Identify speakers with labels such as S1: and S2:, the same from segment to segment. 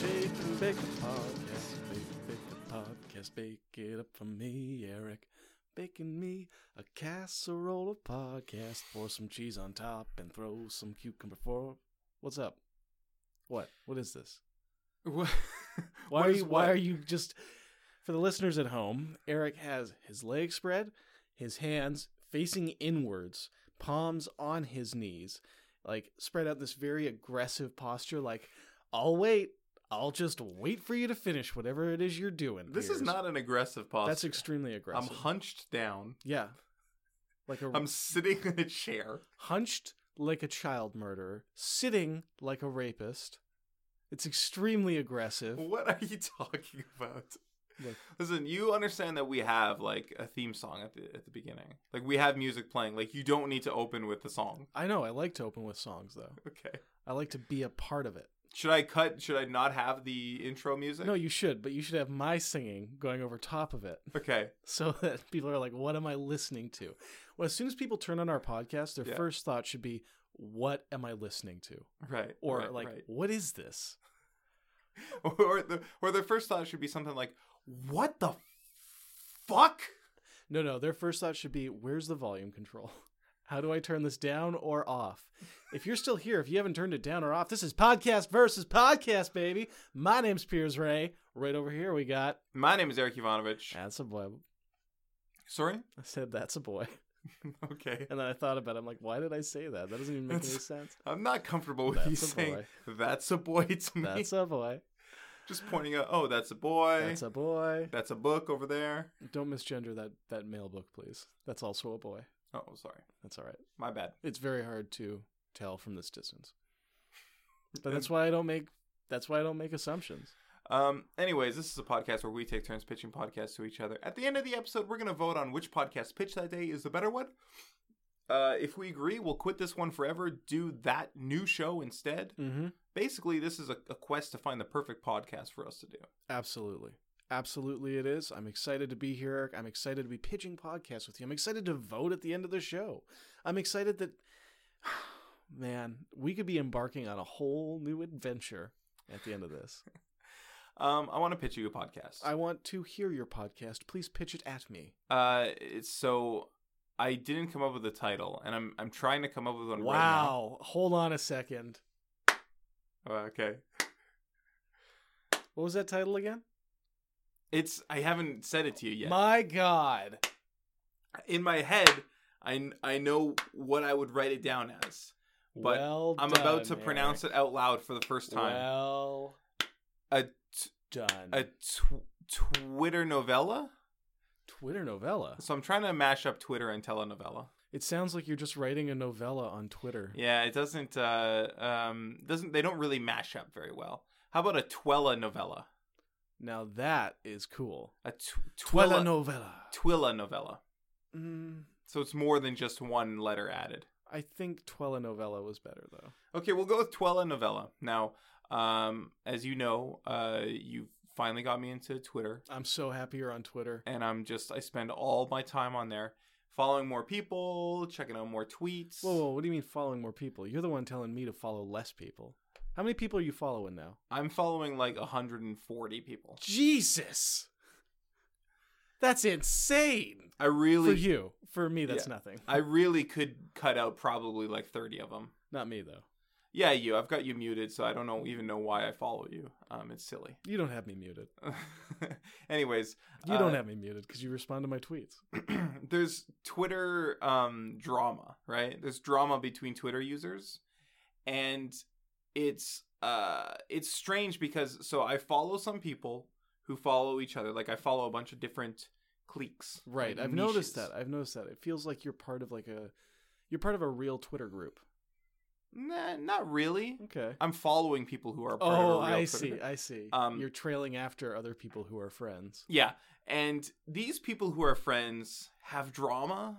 S1: Bake a podcast, bake, bake a podcast, bake it up for me, Eric. Baking me a casserole of podcast. Pour some cheese on top and throw some cucumber for. What's up? What? What is this?
S2: What?
S1: Why
S2: What
S1: are
S2: is
S1: you, why
S2: what?
S1: are you just for the listeners at home? Eric has his legs spread, his hands facing inwards, palms on his knees, like spread out in this very aggressive posture. Like, I'll wait. I'll just wait for you to finish whatever it is you're doing.
S2: This is
S1: Piers."
S2: not an aggressive posture.
S1: That's extremely
S2: I'm
S1: aggressive.
S2: hunched down.
S1: yeah, like a
S2: I'm sitting in a chair.
S1: hunched like a child murderer, sitting like a rapist. It's extremely aggressive.
S2: What are you talking about?
S1: Look.
S2: Listen, you understand that we have like a theme song at the at the beginning. Like we have music playing. Like you don't need to open with the song.
S1: I know. I like to open with songs though.
S2: Okay.
S1: I like to be a part of it.
S2: Should I cut? Should I not have the intro music?
S1: No, you should, but you should have my singing going over top of it
S2: Okay.
S1: so that people are like, what am I listening to? Well, as soon as people turn on our podcast, their
S2: Yeah.
S1: first thought should be, what am I listening to?
S2: Right.
S1: Or
S2: right,
S1: like,
S2: right.
S1: what is this?
S2: or the or their first thought should be something like, "What the fuck?"
S1: No, no, their first thought should be, where's the volume control? How do I turn this down or off? If you're still here, if you haven't turned it down or off, this is podcast versus podcast, baby. My name's Piers Ray. Right over here, we got
S2: My name is Eric Ivanovich.
S1: That's a Boy.
S2: Sorry.
S1: I said, That's a Boy.
S2: Okay.
S1: And then I thought about it. I'm like, why did I say that? That doesn't even make any sense.
S2: I'm not comfortable with you
S1: That's a
S2: saying
S1: boy.
S2: "That's a boy" to me.
S1: That's a boy.
S2: Just pointing out, "Oh, that's a boy."
S1: That's a boy.
S2: That's a book over there.
S1: Don't misgender that that male book, please. That's also a boy.
S2: Oh, sorry.
S1: That's all right.
S2: My bad.
S1: It's very hard to tell from this distance. But that's why I don't make that's why I don't make assumptions.
S2: Um, anyways, this is a podcast where we take turns pitching podcasts to each other. At the end of the episode, we're going to vote on which podcast pitch that day is the better one. Uh, if we agree, we'll quit this one forever, do that new show instead.
S1: Mm-hmm.
S2: Basically, this is a, a quest to find the perfect podcast for us to do.
S1: Absolutely. Absolutely it is. I'm excited to be here, Eric. I'm excited to be pitching podcasts with you. I'm excited to vote at the end of the show. I'm excited that man, we could be embarking on a whole new adventure at the end of this.
S2: Um, I want to pitch you a podcast.
S1: I want to hear your podcast. Please pitch it at me.
S2: uh, it's- so I didn't come up with a title, and I'm I'm trying to come up with one right
S1: Wow. Hold on a second.
S2: now. Uh, okay.
S1: What was that title again?
S2: It's I haven't said it to you yet.
S1: My God.
S2: in my head, I I know what I would write it down as. But
S1: well
S2: I'm
S1: done,
S2: about to pronounce it out loud for the first time.
S1: Well
S2: A t-
S1: done.
S2: a tw- Twitter novella.
S1: Twitter novella.
S2: So I'm trying to mash up Twitter and telenovela.
S1: It sounds like you're just writing a novella on Twitter.
S2: Yeah, it doesn't uh um doesn't they don't really mash up very well. How about a twella novella?
S1: Now that is cool.
S2: A tw-
S1: Twella
S2: twella
S1: novella.
S2: twilla novella.
S1: Mm,
S2: So it's more than just one letter added.
S1: I think Twella novella was better though.
S2: Okay, we'll go with Twella novella. Now, um as you know, uh you finally got me into Twitter.
S1: I'm so happy you're on Twitter.
S2: and I'm just I spend all my time on there, following more people, checking out more tweets.
S1: Whoa, whoa, what do you mean following more people? You're the one telling me to follow less people. How many people are you following now?
S2: I'm following like 140 people.
S1: Jesus. That's insane.
S2: I really,
S1: For you. For me, that's
S2: Yeah.
S1: nothing.
S2: I really could cut out probably like 30 of them.
S1: Not me, though.
S2: Yeah, you. I've got you muted, so I don't know even know why I follow you. Um, it's silly.
S1: You don't have me muted.
S2: Anyways,
S1: You
S2: uh,
S1: don't have me muted because you respond to my tweets.
S2: there's Twitter um, drama, right? There's drama between Twitter users, and it's uh, it's strange because so I follow some people who follow each other. Like I follow a bunch of different cliques.
S1: Right.
S2: like
S1: I've noticed
S2: niches.
S1: that. I've noticed that. It feels like you're part of like a, you're part of a real Twitter group.
S2: Nah, not really.
S1: Okay.
S2: I'm following people who are. Part
S1: Oh,
S2: of a
S1: I
S2: real Twitter
S1: see.
S2: group.
S1: I see.
S2: Um,
S1: you're trailing after other people who are friends.
S2: Yeah, and these people who are friends have drama,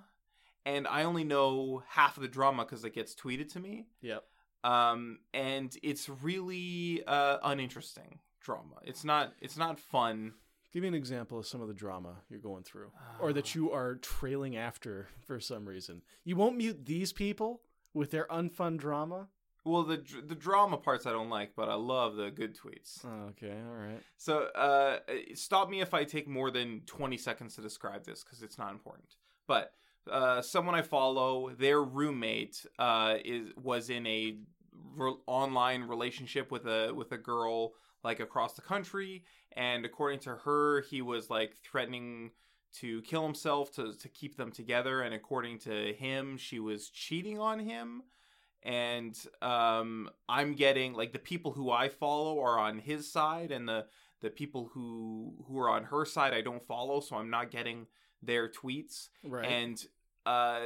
S2: and I only know half of the drama because it gets tweeted to me.
S1: Yep.
S2: um and it's really uh uninteresting drama it's not it's not fun
S1: Give me an example of some of the drama you're going through,
S2: Uh,
S1: or
S2: Um,
S1: that you are trailing after for some reason. You won't mute these people with their unfun drama.
S2: Well, the dr- the drama parts I don't like, but I love the good tweets.
S1: Okay, all right.
S2: So, uh, stop me if I take more than 20 seconds to describe this because it's not important. But uh, someone I follow, their roommate uh, is was in a re- online relationship with a with a girl like across the country, and according to her, he was like threatening to kill himself to to keep them together, and according to him, she was cheating on him and um, I'm getting like the people who I follow are on his side, and the the people who who are on her side I don't follow, so I'm not getting their tweets.
S1: Right.
S2: And uh,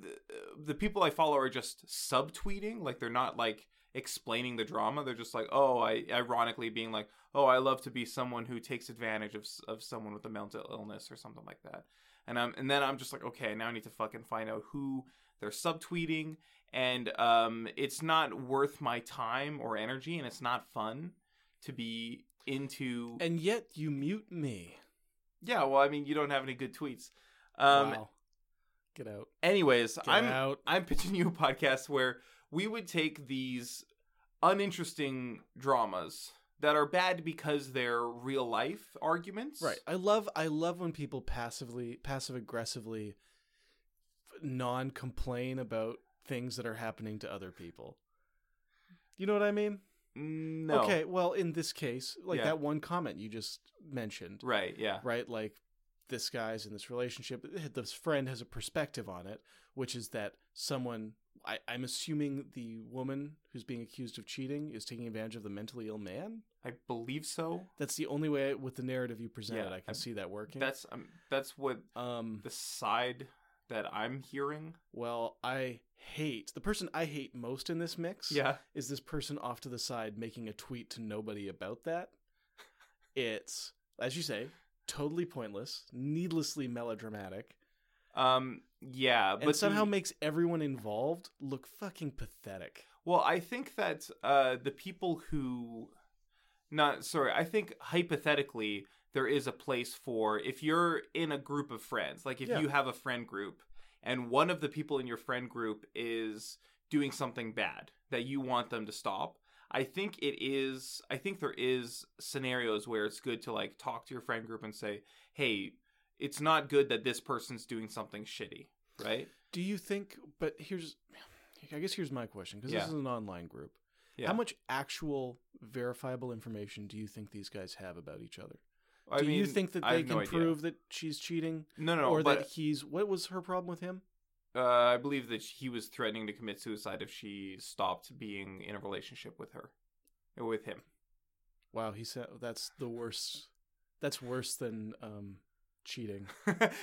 S2: the, the people I follow are just subtweeting, like they're not like explaining the drama. They're just like, oh, I ironically being like, oh, I love to be someone who takes advantage of s- of someone with a mental illness or something like that. And I'm and then I'm just like, okay, now I need to fucking find out who they're subtweeting and um, it's not worth my time or energy, and it's not fun to be into.
S1: and yet you mute me.
S2: yeah, well, I mean, you don't have any good tweets. Um,
S1: wow. Get out.
S2: Anyways,
S1: Get
S2: I'm
S1: out.
S2: I'm pitching you a podcast where we would take these uninteresting dramas that are bad because they're real life arguments,
S1: Right. I love I love when people passively passive aggressively non complain about things that are happening to other people. You know what I mean?
S2: No.
S1: Okay, well in this case, like
S2: Yeah.
S1: that one comment you just mentioned,
S2: Right. Yeah.
S1: right? Like this guy's in this relationship, this friend has a perspective on it, which is that someone I, I'm assuming the woman who's being accused of cheating is taking advantage of the mentally ill man.
S2: I believe so.
S1: That's the only way with the narrative you presented
S2: Yeah,
S1: I can
S2: I-
S1: see that working.
S2: That's um, that's what
S1: um
S2: the side that I'm hearing.
S1: Well, I hate the person I hate most in this mix. is this person off to the side making a tweet to nobody about that? It's as you say, totally pointless, needlessly melodramatic,
S2: Um. Yeah,
S1: and
S2: but
S1: somehow
S2: the-
S1: makes everyone involved look fucking pathetic.
S2: well, I think that uh, the people who, not sorry, I think hypothetically there is a place for if you're in a group of friends, like if
S1: Yeah.
S2: you have a friend group, and one of the people in your friend group is doing something bad that you want them to stop. I think it is. I think there is scenarios where it's good to like talk to your friend group and say, "Hey, it's not good that this person's doing something shitty." Right?
S1: Do you think? But here's, I guess here's my question because
S2: Yeah.
S1: this is an online group.
S2: Yeah.
S1: How much actual verifiable information do you think these guys have about each other?
S2: I
S1: do you
S2: mean,
S1: think that
S2: I
S1: they
S2: have no
S1: can
S2: idea.
S1: prove that she's cheating?
S2: No, no,
S1: or
S2: but
S1: that he's what was her problem with him?
S2: Uh, I believe that he was threatening to commit suicide if she stopped being in a relationship with her, with him.
S1: Wow, he said that's the worst. That's worse than um, cheating.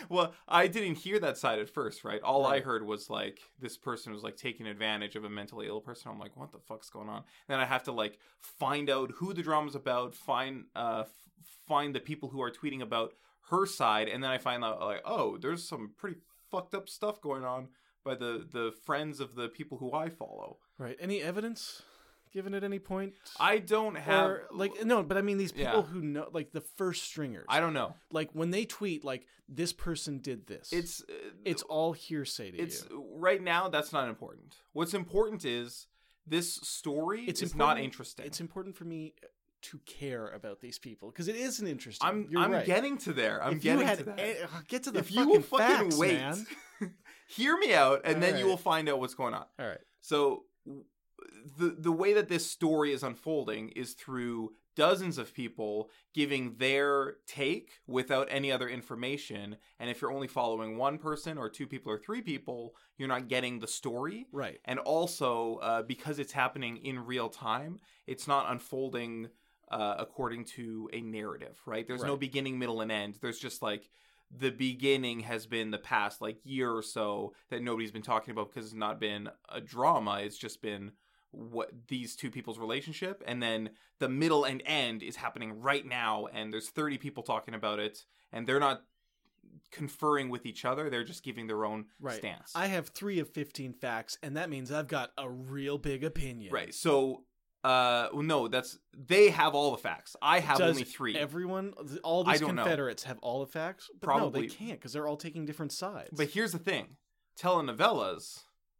S2: well, I didn't hear that side at first, right? All I
S1: Right.
S2: heard was like this person was like taking advantage of a mentally ill person. I'm like, what the fuck's going on? Then I have to like find out who the drama's about, find uh, f- find the people who are tweeting about her side, and then I find out like, oh, there's some pretty fucked up stuff going on by the the friends of the people who I follow.
S1: Right? Any evidence given at any point?
S2: I don't have
S1: or, like no, but I mean these people
S2: Yeah.
S1: who know, like the first stringers.
S2: I don't know.
S1: like when they tweet like this person did this.
S2: It's uh,
S1: it's all hearsay to
S2: it's
S1: you.
S2: right now. That's not important. What's important is this story.
S1: It's
S2: is not
S1: important-
S2: interesting.
S1: It's important for me uh, to care about these people because it is an interesting.
S2: I'm
S1: you're
S2: I'm
S1: right.
S2: getting to there. I'm
S1: if
S2: getting
S1: you had
S2: to that.
S1: a- ugh, get to the
S2: if you
S1: fucking
S2: will fucking
S1: facts,
S2: wait,
S1: man.
S2: hear me out, and then you
S1: Alright.
S2: will find out what's going on.
S1: All right.
S2: So w- the the way that this story is unfolding is through dozens of people giving their take without any other information and if you're only following one person or two people or three people you're not getting the story
S1: Right.
S2: and also uh, because it's happening in real time it's not unfolding uh, according to a narrative right there's no
S1: Right.
S2: beginning middle and end there's just like the beginning has been the past like year or so that nobody's been talking about because it's not been a drama it's just been what these two people's relationship and then the middle and end is happening right now and there's 30 people talking about it and they're not conferring with each other they're just giving their own
S1: Right.
S2: stance
S1: I have three of 15 facts, and that means I've got a real big opinion.
S2: Right. So, uh, well, no, that's they have all the facts. I have
S1: Does
S2: only three.
S1: Everyone, th- all
S2: I
S1: these
S2: don't know.
S1: Confederates have all the facts? But No,
S2: Probably.
S1: they can't because they're all taking different sides.
S2: but here's the thing: telenovelas,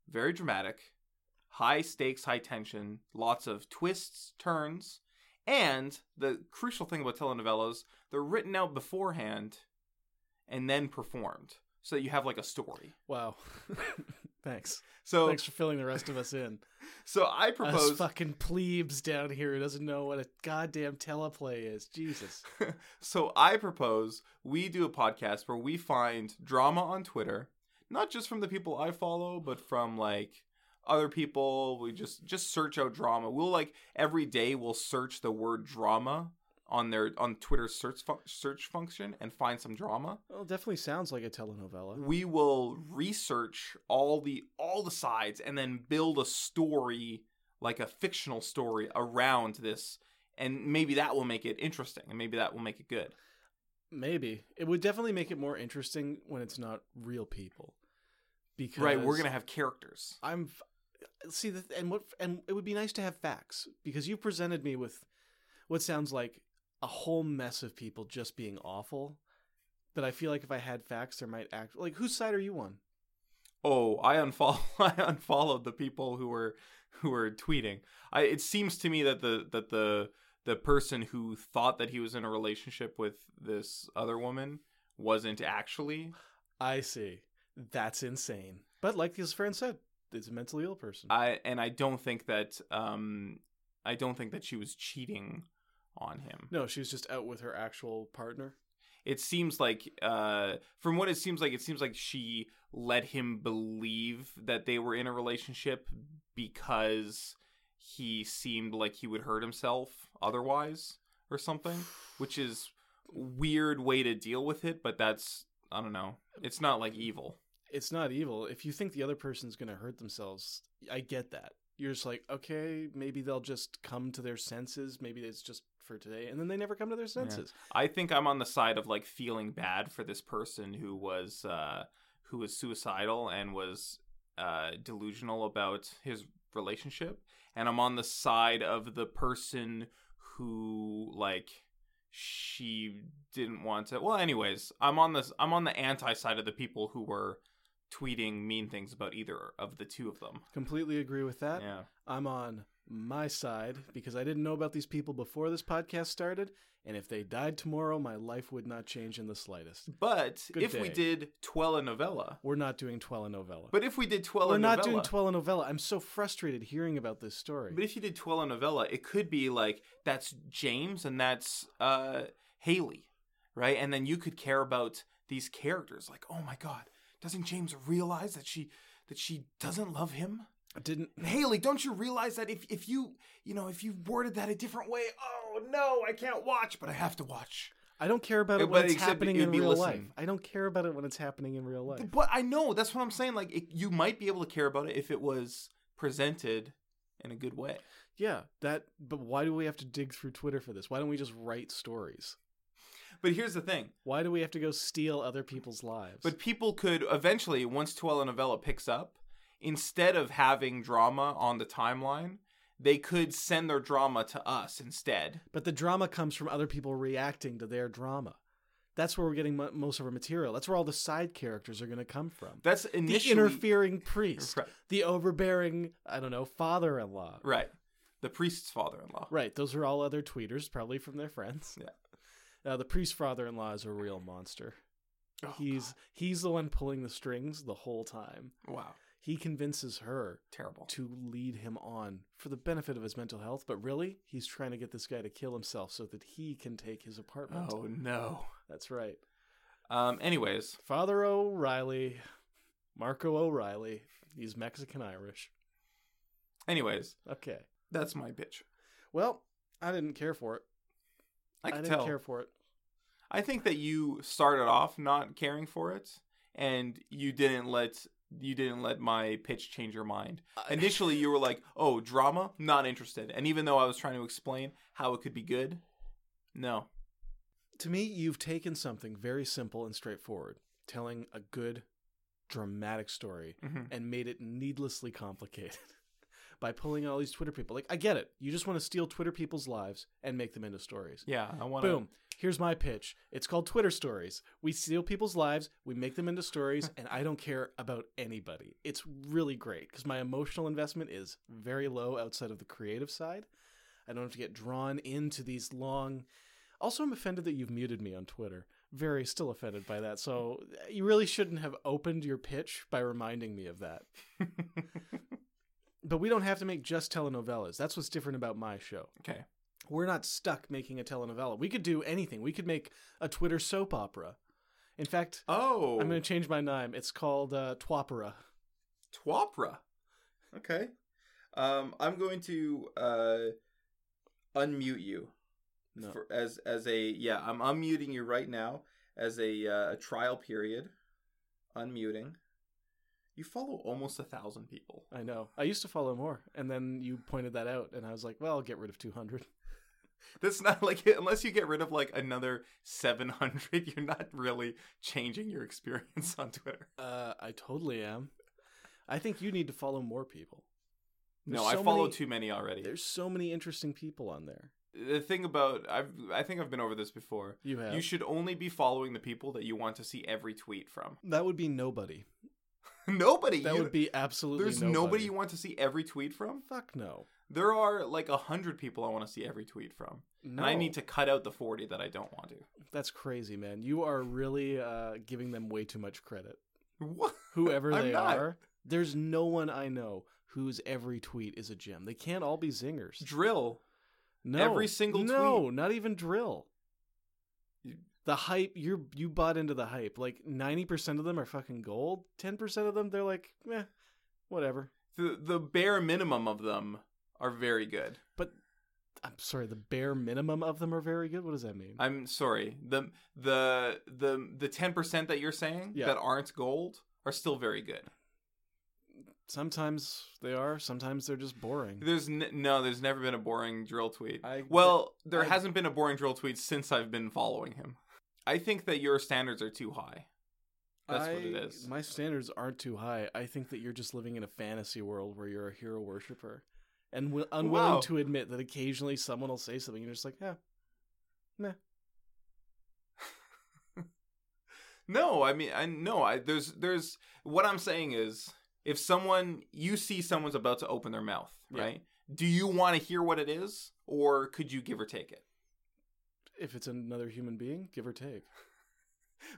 S2: very dramatic, high stakes, high tension, lots of twists, turns, and the crucial thing about telenovelas, they're written out beforehand and then performed. So that you have like a story.
S1: Wow. Thanks.
S2: So
S1: Thanks for filling the rest of us in.
S2: so I
S1: Us
S2: propose
S1: fucking plebes down here who doesn't know what a goddamn teleplay is. Jesus.
S2: so I propose we do a podcast where we find drama on Twitter, not just from the people I follow, but from like other people. We just just search out drama. We'll like every day we'll search the word drama on their on Twitter's search fun- search function and find some drama.
S1: Well, it definitely sounds like a telenovela.
S2: We will research all the all the sides and then build a story like a fictional story around this and maybe that will make it interesting and maybe that will make it good.
S1: Maybe. It would definitely make it more interesting when it's not real people. Because
S2: Right, we're gonna have characters.
S1: I'm see the, and what and it would be nice to have facts because you presented me with what sounds like a whole mess of people just being awful. But I feel like if I had facts, there might act like whose side are you on?
S2: Oh, I unfollow I unfollowed the people who were who were tweeting. I it seems to me that the that the the person who thought that he was in a relationship with this other woman wasn't actually.
S1: I see. That's insane. But like his friend said, it's a mentally ill person.
S2: I and I don't think that um I don't think that she was cheating on him.
S1: no, she was just out with her actual partner.
S2: It seems like uh from what it seems like it seems like she let him believe that they were in a relationship because he seemed like he would hurt himself otherwise or something, which is weird way to deal with it, but that's I don't know. It's not like evil.
S1: It's not evil. If you think the other person's going to hurt themselves, I get that. You're just like, okay, maybe they'll just come to their senses. Maybe it's just for today. And then they never come to their senses.
S2: I think I'm on the side of like feeling bad for this person who was uh who was suicidal and was uh delusional about his relationship and I'm on the side of the person who like she didn't want to Well, anyways, I'm on this I'm on the anti side of the people who were tweeting mean things about either of the two of them.
S1: Completely agree with that.
S2: Yeah.
S1: I'm on my side because I didn't know about these people before this podcast started. And if they died tomorrow, my life would not change in the slightest.
S2: But
S1: Good
S2: if we
S1: day.
S2: did telenovela,
S1: We're not doing telenovela.
S2: but if we did telenovela,
S1: We're not doing telenovela. I'm so frustrated hearing about this story.
S2: But if you did telenovela, it could be like that's James and that's uh Haley, right? And then you could care about these characters like, "Oh my god, doesn't James realize that she that she doesn't love him?"
S1: I didn't
S2: And Haley, don't you realize that if if you, you know, if you worded that a different way, oh no, I can't watch, but I have to watch.
S1: I don't care about it
S2: But
S1: when it's
S2: except
S1: happening
S2: it would
S1: in
S2: be
S1: real life.
S2: listening.
S1: I don't care about it when it's happening in real life.
S2: But I know, that's what I'm saying like it, you might be able to care about it if it was presented in a good way.
S1: Yeah, that. But why do we have to dig through Twitter for this? Why don't we just write stories?
S2: But here's the thing.
S1: Why do we have to go steal other people's lives?
S2: But people could eventually, once telenovela picks up, instead of having drama on the timeline, they could send their drama to us instead.
S1: but the drama comes from other people reacting to their drama. That's where we're getting mo- most of our material. That's where all the side characters are going to come from.
S2: That's
S1: the
S2: initially
S1: interfering priest,
S2: Right.
S1: the overbearing, I don't know, father-in-law.
S2: right. The priest's father-in-law.
S1: Right, those are all other tweeters, probably from their friends.
S2: Yeah.
S1: Now the priest father-in-law is a real monster.
S2: Oh,
S1: he's he's the one pulling the strings the whole time.
S2: Wow,
S1: He convinces her
S2: terrible.
S1: to lead him on for the benefit of his mental health, but really, he's trying to get this guy to kill himself so that he can take his apartment.
S2: Oh no.
S1: That's right.
S2: Um. Anyways,
S1: Father O'Reilly, Marco O'Reilly. He's Mexican Irish.
S2: anyways,
S1: Okay.
S2: that's my bitch.
S1: Well, I didn't care for it.
S2: I can
S1: didn't
S2: tell.
S1: care for it.
S2: I think that you started off not caring for it, and you didn't let you didn't let my pitch change your mind.
S1: Uh,
S2: Initially, you were like, "Oh, drama, not interested." And even though I was trying to explain how it could be good, no,
S1: to me, you've taken something very simple and straightforward, telling a good, dramatic story,
S2: Mhm.
S1: and made it needlessly complicated by pulling all these Twitter people. Like, I get it. You just want to steal Twitter people's lives and make them into stories.
S2: yeah, I want to.
S1: Boom. here's my pitch. It's called Twitter stories. We steal people's lives, we make them into stories, and I don't care about anybody. It's really great because my emotional investment is very low outside of the creative side. I don't have to get drawn into these long. Also, I'm offended that you've muted me on Twitter. Very still offended by that. So uh, you really shouldn't have opened your pitch by reminding me of that. but we don't have to make just telenovelas. That's what's different about my show.
S2: Okay.
S1: We're not stuck making a telenovela. We could do anything. We could make a Twitter soap opera. In fact,
S2: Oh,
S1: I'm going to change my name. It's called uh, Twopera.
S2: Twopra. Okay. Um, I'm going to uh, unmute you
S1: No.
S2: for, as as a yeah. I'm unmuting you right now as a, uh, a trial period. Unmuting. You follow almost a thousand people.
S1: I know. I used to follow more, and then you pointed that out, and I was like, well, I'll get rid of 200.
S2: That's not like unless you get rid of like another 700, you're not really changing your experience on Twitter.
S1: Uh, I totally am. I think you need to follow more people.
S2: No,
S1: There's
S2: I
S1: so
S2: follow
S1: many-
S2: too many already.
S1: There's so many interesting people on there.
S2: The thing about I've I think I've been over this before.
S1: You have.
S2: You should only be following the people that you want to see every tweet from.
S1: that would be nobody.
S2: nobody.
S1: That
S2: you-
S1: would be absolutely
S2: There's nobody. you want to see every tweet from.
S1: Fuck no.
S2: There are like a hundred people I want to see every tweet from,
S1: No.
S2: and I need to cut out the forty that I don't want to.
S1: That's crazy, man. You are really uh, giving them way too much credit.
S2: What?
S1: Whoever
S2: I'm
S1: they
S2: not.
S1: are, there's no one I know whose every tweet is a gem. They can't all be zingers.
S2: Drill.
S1: No,
S2: Every single
S1: no, not even drill.
S2: You-
S1: The hype you you bought into the hype. Like ninety percent of them are fucking gold. Ten percent of them they're like, meh, whatever.
S2: The the bare minimum of them are very good.
S1: I'm sorry. The bare minimum of them are very good. What does that mean?
S2: I'm sorry. The the the the ten percent that you're saying
S1: Yeah.
S2: that aren't gold are still very good.
S1: sometimes they are. Sometimes they're just boring.
S2: There's n- no, there's never been a boring drill tweet.
S1: I-
S2: well, there
S1: I-
S2: hasn't been a boring drill tweet since I've been following him. I think that your standards are too high. That's what it
S1: I-
S2: is.
S1: My standards aren't too high. I think that you're just living in a fantasy world where you're a hero worshiper and wi- unwilling
S2: Wow.
S1: to admit that occasionally someone will say something and you're just like, yeah,
S2: No, I mean, I no, I there's there's what I'm saying is if someone you see someone's about to open their mouth,
S1: Yeah.
S2: right? Do you want to hear what it is, or could you give or take it?
S1: if it's another human being, give or take.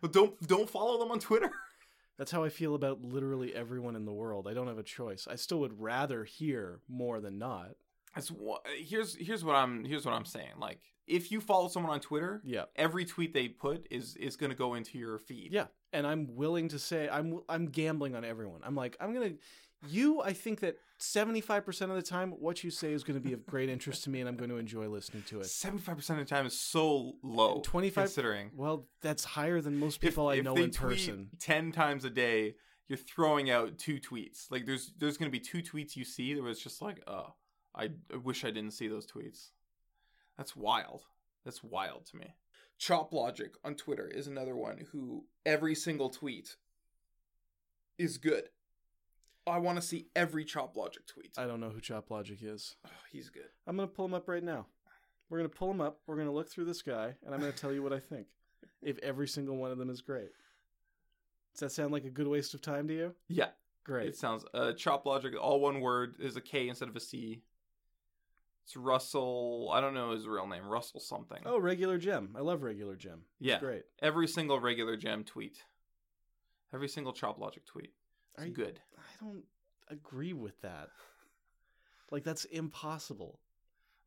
S2: Well, don't don't follow them on Twitter.
S1: That's how I feel about literally everyone in the world. I don't have a choice. I still would rather hear more than not.
S2: That's what, here's here's what I'm here's what I'm saying. Like if you follow someone on Twitter,
S1: Yeah.
S2: every tweet they put is is going to go into your feed.
S1: Yeah. And I'm willing to say I'm I'm gambling on everyone. I'm like, I'm going to you I think that 75% of the time what you say is going to be of great interest to me and I'm going to enjoy listening to it.
S2: Seventy five percent of the time is so low.
S1: 25
S2: considering
S1: Well, that's higher than most people I know
S2: they
S1: in
S2: tweet
S1: person.
S2: ten times a day, you're throwing out two tweets. Like there's there's going to be two tweets you see that was just like, oh, I, I wish I didn't see those tweets. That's wild. That's wild to me. Chop Logic on Twitter is another one who every single tweet is good. I want to see every Chop Logic tweet.
S1: I don't know who Chop Logic is.
S2: oh, he's good.
S1: I'm going to pull him up right now. We're going to pull him up. We're going to look through this guy, and I'm going to tell you what I think. If every single one of them is great. Does that sound like a good waste of time to you?
S2: Yeah,
S1: Great.
S2: It sounds uh chop logic all one word is a K instead of a C. It's Russell, I don't know his real name, Russell something.
S1: Oh, regular Jim. I love regular Jim. He's
S2: yeah.
S1: Great.
S2: Every single regular gem tweet. Every single chop logic tweet. It's
S1: I-
S2: good.
S1: I don't agree with that. Like that's impossible.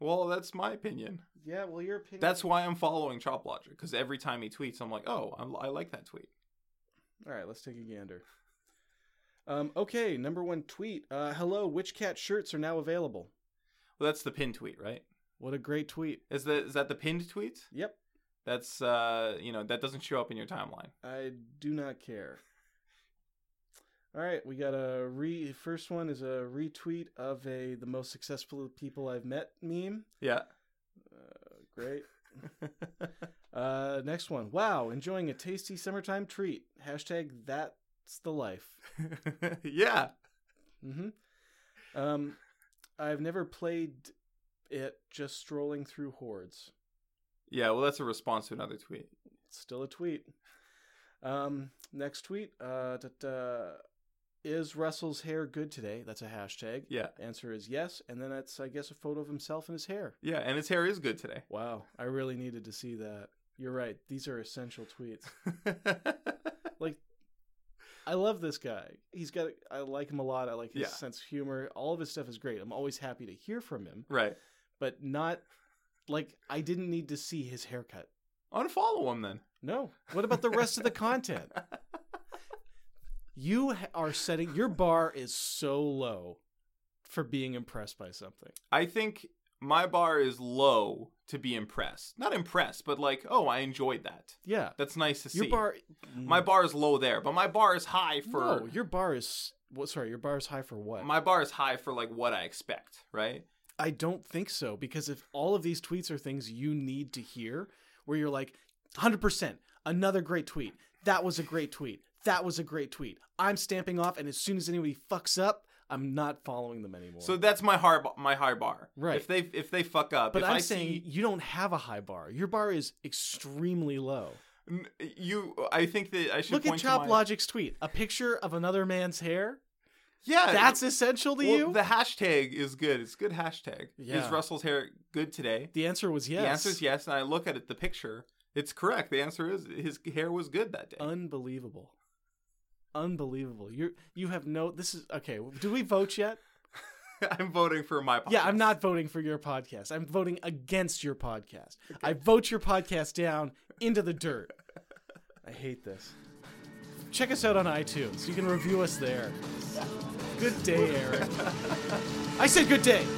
S2: Well, that's my opinion.
S1: Yeah, well, your opinion.
S2: That's why I'm following chop logic because every time he tweets I'm like, "Oh, I, I like that tweet."
S1: All right, let's take a gander. Um, okay, number one tweet. Uh, hello, Witch Cat shirts are now available.
S2: Well, that's the pinned tweet, right?
S1: What a great tweet.
S2: Is that is that the pinned tweet?
S1: Yep,
S2: That's uh, you know, that doesn't show up in your timeline.
S1: I do not care. All right, we got a re. First one is a retweet of a the most successful people I've met meme.
S2: Yeah.
S1: Uh, great. Uh, next one. Wow, enjoying a tasty summertime treat. Hashtag that's the life.
S2: yeah.
S1: Mm-hmm. Um, I've never played it. Just strolling through hordes.
S2: Yeah, well, that's a response to another tweet.
S1: It's still a tweet. Um, next tweet. Uh, da, da, is Russell's hair good today? That's a hashtag.
S2: Yeah.
S1: Answer is yes, and then it's I guess a photo of himself and his hair.
S2: Yeah, and his hair is good today.
S1: Wow, I really needed to see that. You're right. These are essential tweets. I love this guy. He's got. I like him a lot. I like his
S2: Yeah.
S1: sense of humor. All of his stuff is great. I'm always happy to hear from him,
S2: right.
S1: but not like I didn't need to see his haircut.
S2: Unfollow him then.
S1: No. What about the rest of the content? You ha- are setting your bar is so low for being impressed by something.
S2: I think my bar is low to be impressed. Not impressed, but like, oh, I enjoyed that.
S1: Yeah.
S2: That's nice to
S1: Your
S2: see.
S1: bar. Mm.
S2: my bar is low there, but my bar is high for
S1: no. Your bar is. What? Sorry. Your bar is high for what?
S2: my bar is high for like what I expect, right?
S1: I don't think so because if all of these tweets are things you need to hear, where you're like, 100%, another great tweet. That was a great tweet. That was a great tweet. I'm stamping off, and as soon as anybody fucks up, I'm not following them anymore.
S2: So that's my high bar, my high bar.
S1: Right.
S2: If they if they fuck up,
S1: but
S2: if
S1: I'm
S2: I
S1: saying
S2: see-
S1: you don't have a high bar. Your bar is extremely low.
S2: N- you I think that I should
S1: Look at
S2: point to
S1: Chop
S2: my-
S1: Logic's tweet. A picture of another man's hair.
S2: Yeah.
S1: That's essential to
S2: well,
S1: you?
S2: the hashtag is good. It's a good hashtag.
S1: Yeah.
S2: Is Russell's hair good today?
S1: the answer was yes.
S2: The answer is yes, and I look at it, the picture. It's correct. The answer is his hair was good that
S1: Uh,
S2: day.
S1: Unbelievable. Unbelievable. You are you have no this is okay, do we vote yet?
S2: I'm voting for my podcast.
S1: Yeah, I'm not voting for your podcast. I'm voting against your podcast. I vote your podcast down into the dirt. I hate this. Check us out on iTunes. You can review us there. Good day, Eric. I said good day.